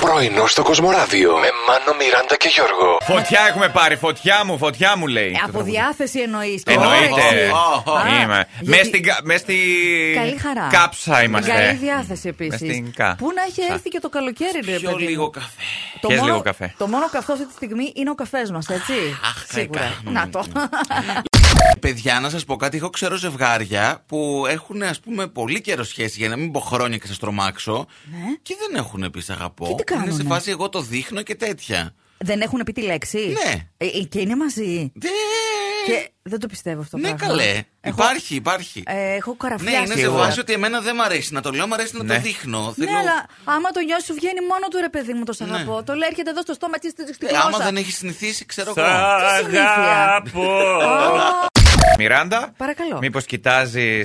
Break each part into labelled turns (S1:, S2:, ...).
S1: Πρωινό στο Κοσμοράδιο με Μάνο, Μιράντα και Γιώργο.
S2: Φωτιά έχουμε πάρει, φωτιά μου, φωτιά μου λέει.
S3: Ε, από διάθεση εννοείς.
S4: Ε,
S2: Εννοείται.
S4: Ω, ω, ω.
S2: Είμαι. Με
S3: γιατί-
S2: στην. κα- μες στη...
S4: Ε,
S3: Καλή χαρά.
S2: Κάψα είμαστε.
S3: Καλή διάθεση
S2: Μες
S3: επίσης.
S2: στην κα-
S3: Πού να έχει έρθει και το καλοκαίρι, ρε
S4: Πιο
S3: παιδί.
S4: λίγο
S3: μου.
S4: καφέ.
S3: Το
S2: Πιες
S3: μόνο,
S2: λίγο καφέ.
S3: Το μόνο καυτό αυτή τη στιγμή είναι ο καφές μας, έτσι.
S4: αχ,
S3: Σίγουρα.
S4: καϊκά.
S3: Να το.
S4: Παιδιά, να σας πω κάτι. Εγώ ξέρω ζευγάρια που έχουν ας πούμε πολύ καιρό σχέση για να μην πω χρόνια και σας τρομάξω.
S3: Ναι.
S4: Και δεν έχουν πει σ' αγαπώ.
S3: Και τι
S4: Είναι σε
S3: κάνουνε?
S4: φάση εγώ το δείχνω και τέτοια.
S3: Δεν έχουν πει τη λέξη.
S4: Ναι.
S3: Ε, ε, και είναι μαζί.
S4: Δε...
S3: Και δεν το πιστεύω αυτό.
S4: Ναι,
S3: πράγμα.
S4: καλέ.
S3: Έχω-
S4: Υπάρχει, υπάρχει.
S3: Ε, έχω
S4: ναι,
S3: καραφιάσει.
S4: είναι σε
S3: εγώ.
S4: φάση ότι εμένα δεν μ' αρέσει να το λέω, μ' αρέσει να
S2: Ναι.
S4: το δείχνω.
S3: Ναι,
S4: Θέλω-
S3: αλλά άμα το νιώσεις σου βγαίνει μόνο του ρε παιδί μου το σ' αγαπώ. Το λέει έρχεται εδώ στο στόμα τη τη
S4: Ναι. Ε,
S3: γλώσσα.
S4: Άμα δεν έχεις συνηθίσει, ξέρω εγώ.
S3: Τι συνήθεια.
S2: Μιράντα.
S3: Παρακαλώ.
S2: Μήπως κοιτάζεις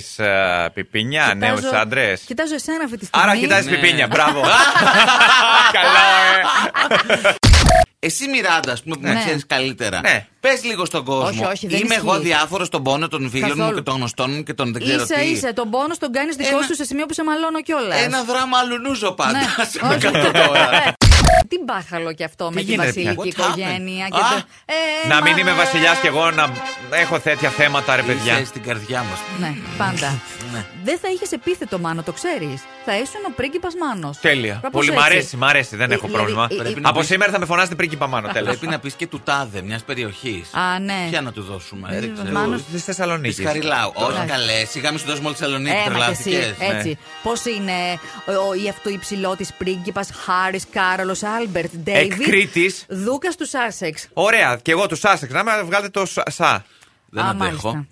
S2: πιπίνια,
S3: Κοιτάζω-
S2: νέους άντρες.
S3: Κοιτάζω εσένα αυτή τη στιγμή.
S2: Άρα κοιτάζεις
S4: Ναι.
S2: πιπίνια, μπράβο. Καλά, ε.
S4: Εσύ, Μιράντα, ας πούμε, που
S3: Ναι.
S4: με ξέρεις καλύτερα.
S2: Ναι.
S4: Πες λίγο στον κόσμο.
S3: Όχι, όχι, δεν
S4: Είμαι εγώ
S3: ισχύει.
S4: διάφορο στον πόνο των φίλων μου
S3: Καθόλου.
S4: και των γνωστών μου και των δεν ξέρω
S3: Ίσα
S4: τι.
S3: ίσα, τον πόνο τον κάνεις δικό
S4: Ένα-
S3: σου σε σημείο που σε μαλώνω κιόλας.
S4: Ένα δράμα αλουνούζω πάντα.
S3: Ναι,
S4: Σε με
S3: όχι.
S4: κάτω τώρα.
S3: Ε, Τι μπάχαλο κι αυτό με τη
S2: γίνεται πια?
S3: βασιλική
S4: What happened?
S3: οικογένεια. και
S4: Α,
S3: το- Ε,
S2: Να μην
S3: μα-
S2: είμαι βασιλιάς κι εγώ να έχω τέτοια θέματα, ρε
S4: Είσαι
S2: Ε, παιδιά.
S4: στην καρδιά μας.
S3: Ναι, πάντα.
S4: Ναι.
S3: Δεν θα είχες επίθετο μάνο, το ξέρεις. Θα ήσουν ο πρίγκιπας μάνος.
S2: Τέλεια. Πολύ μ' αρέσει, μ' αρέσει,
S3: Ε,
S2: δεν έχω πρόβλημα.
S4: πρέπει να
S2: Από
S4: πεις-
S2: σήμερα θα με φωνάζετε πρίγκιπα μάνο, τέλος.
S4: Πρέπει να πεις και του τάδε μιας περιοχής.
S3: Α, ναι.
S4: Ποια να του δώσουμε, δεν
S3: Ε,
S4: ξέρω.
S3: Μάνος-
S2: Της
S4: Τη
S2: Θεσσαλονίκη.
S4: Χαριλάου. Όχι
S3: Ναι.
S4: καλέ, σιγά μην σου δώσουμε όλη τη Θεσσαλονίκη. Ναι,
S3: Ε, μα και εσύ,
S4: Τρελάθηκες.
S3: έτσι. Πώς Πώς είναι ο, ο, η αυτοϊψηλότης πρίγκιπας Χάρης Κάρολος Άλμπερτ Ντέιβιτ.
S2: Κρήτης.
S3: Δούκας του Σάσεξ.
S2: Ωραία, και εγώ του Σάσεξ. Να με βγάλετε το σα- σα.
S4: Δεν
S3: Α,
S4: αντέχω.
S3: μάλιστα.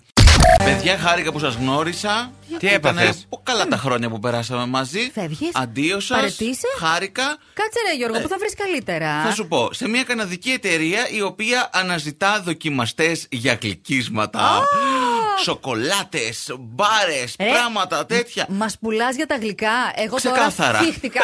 S4: Παιδιά, χάρηκα που σας γνώρισα.
S2: Τι
S4: Ήτανε
S2: έπαθες?
S4: πο- Καλά τα χρόνια που περάσαμε μαζί.
S3: Φεύγεις?
S4: Αντίο σας.
S3: Παρετείσαι?
S4: Χάρηκα.
S3: Κάτσε ρε Γιώργο, που θα βρεις καλύτερα.
S4: Ε, Θα σου πω, σε μια καναδική εταιρεία η οποία αναζητά δοκιμαστές για γλυκίσματα, σοκολάτες, μπάρες,
S3: Ε,
S4: πράγματα τέτοια.
S3: Μας πουλάς για τα γλυκά. Εγώ
S4: Ξεκάθαρα.
S3: τώρα θύχτηκα.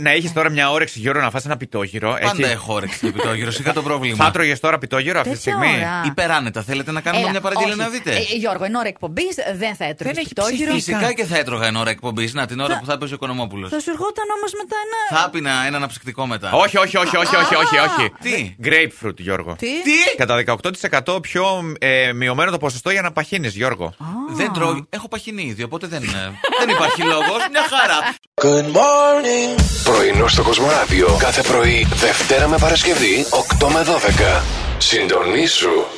S2: Να έχεις Ναι, τώρα μια όρεξη γύρω να φας ένα πιτόγυρο.
S4: Πάντα
S2: έτσι.
S4: έχω όρεξη για πιτόγυρο, είχα το
S2: Θα
S4: πρόβλημα.
S2: τρώγε τώρα πιτόγυρο αυτή τη
S3: Τέτοια
S2: στιγμή.
S3: ώρα.
S4: Υπεράνετα, θέλετε να κάνουμε
S3: Έλα,
S4: μια παραγγελία
S3: όχι.
S4: να δείτε.
S3: Ε, Γιώργο, εν ώρα εκπομπής δεν θα έτρωγες.
S2: Δεν έχει
S4: Φυσικά και θα έτρωγα εν ώρα εκπομπής, να την ώρα που θα έπαιζε ο Οικονομόπουλος.
S3: Θα σου ερχόταν όμως μετά ένα.
S4: Θα έπινα έναν αναψυκτικό μετά.
S2: Όχι, όχι, όχι, όχι, όχι, όχι, όχι.
S4: Τι?
S2: Grapefruit, Γιώργο.
S3: Τι?
S2: Κατά 18% πιο ε, μειωμένο το ποσοστό για να παχύνεις, Γιώργο.
S4: Δεν τρώω. Έχω παχύνει ήδη, οπότε δεν, ε, δεν υπάρχει λόγος. Μια χαρά.
S1: Πρωινό στο Κοσμοράδιο κάθε πρωί, Δευτέρα με Παρασκευή, 8 με 12. Συντονίσου.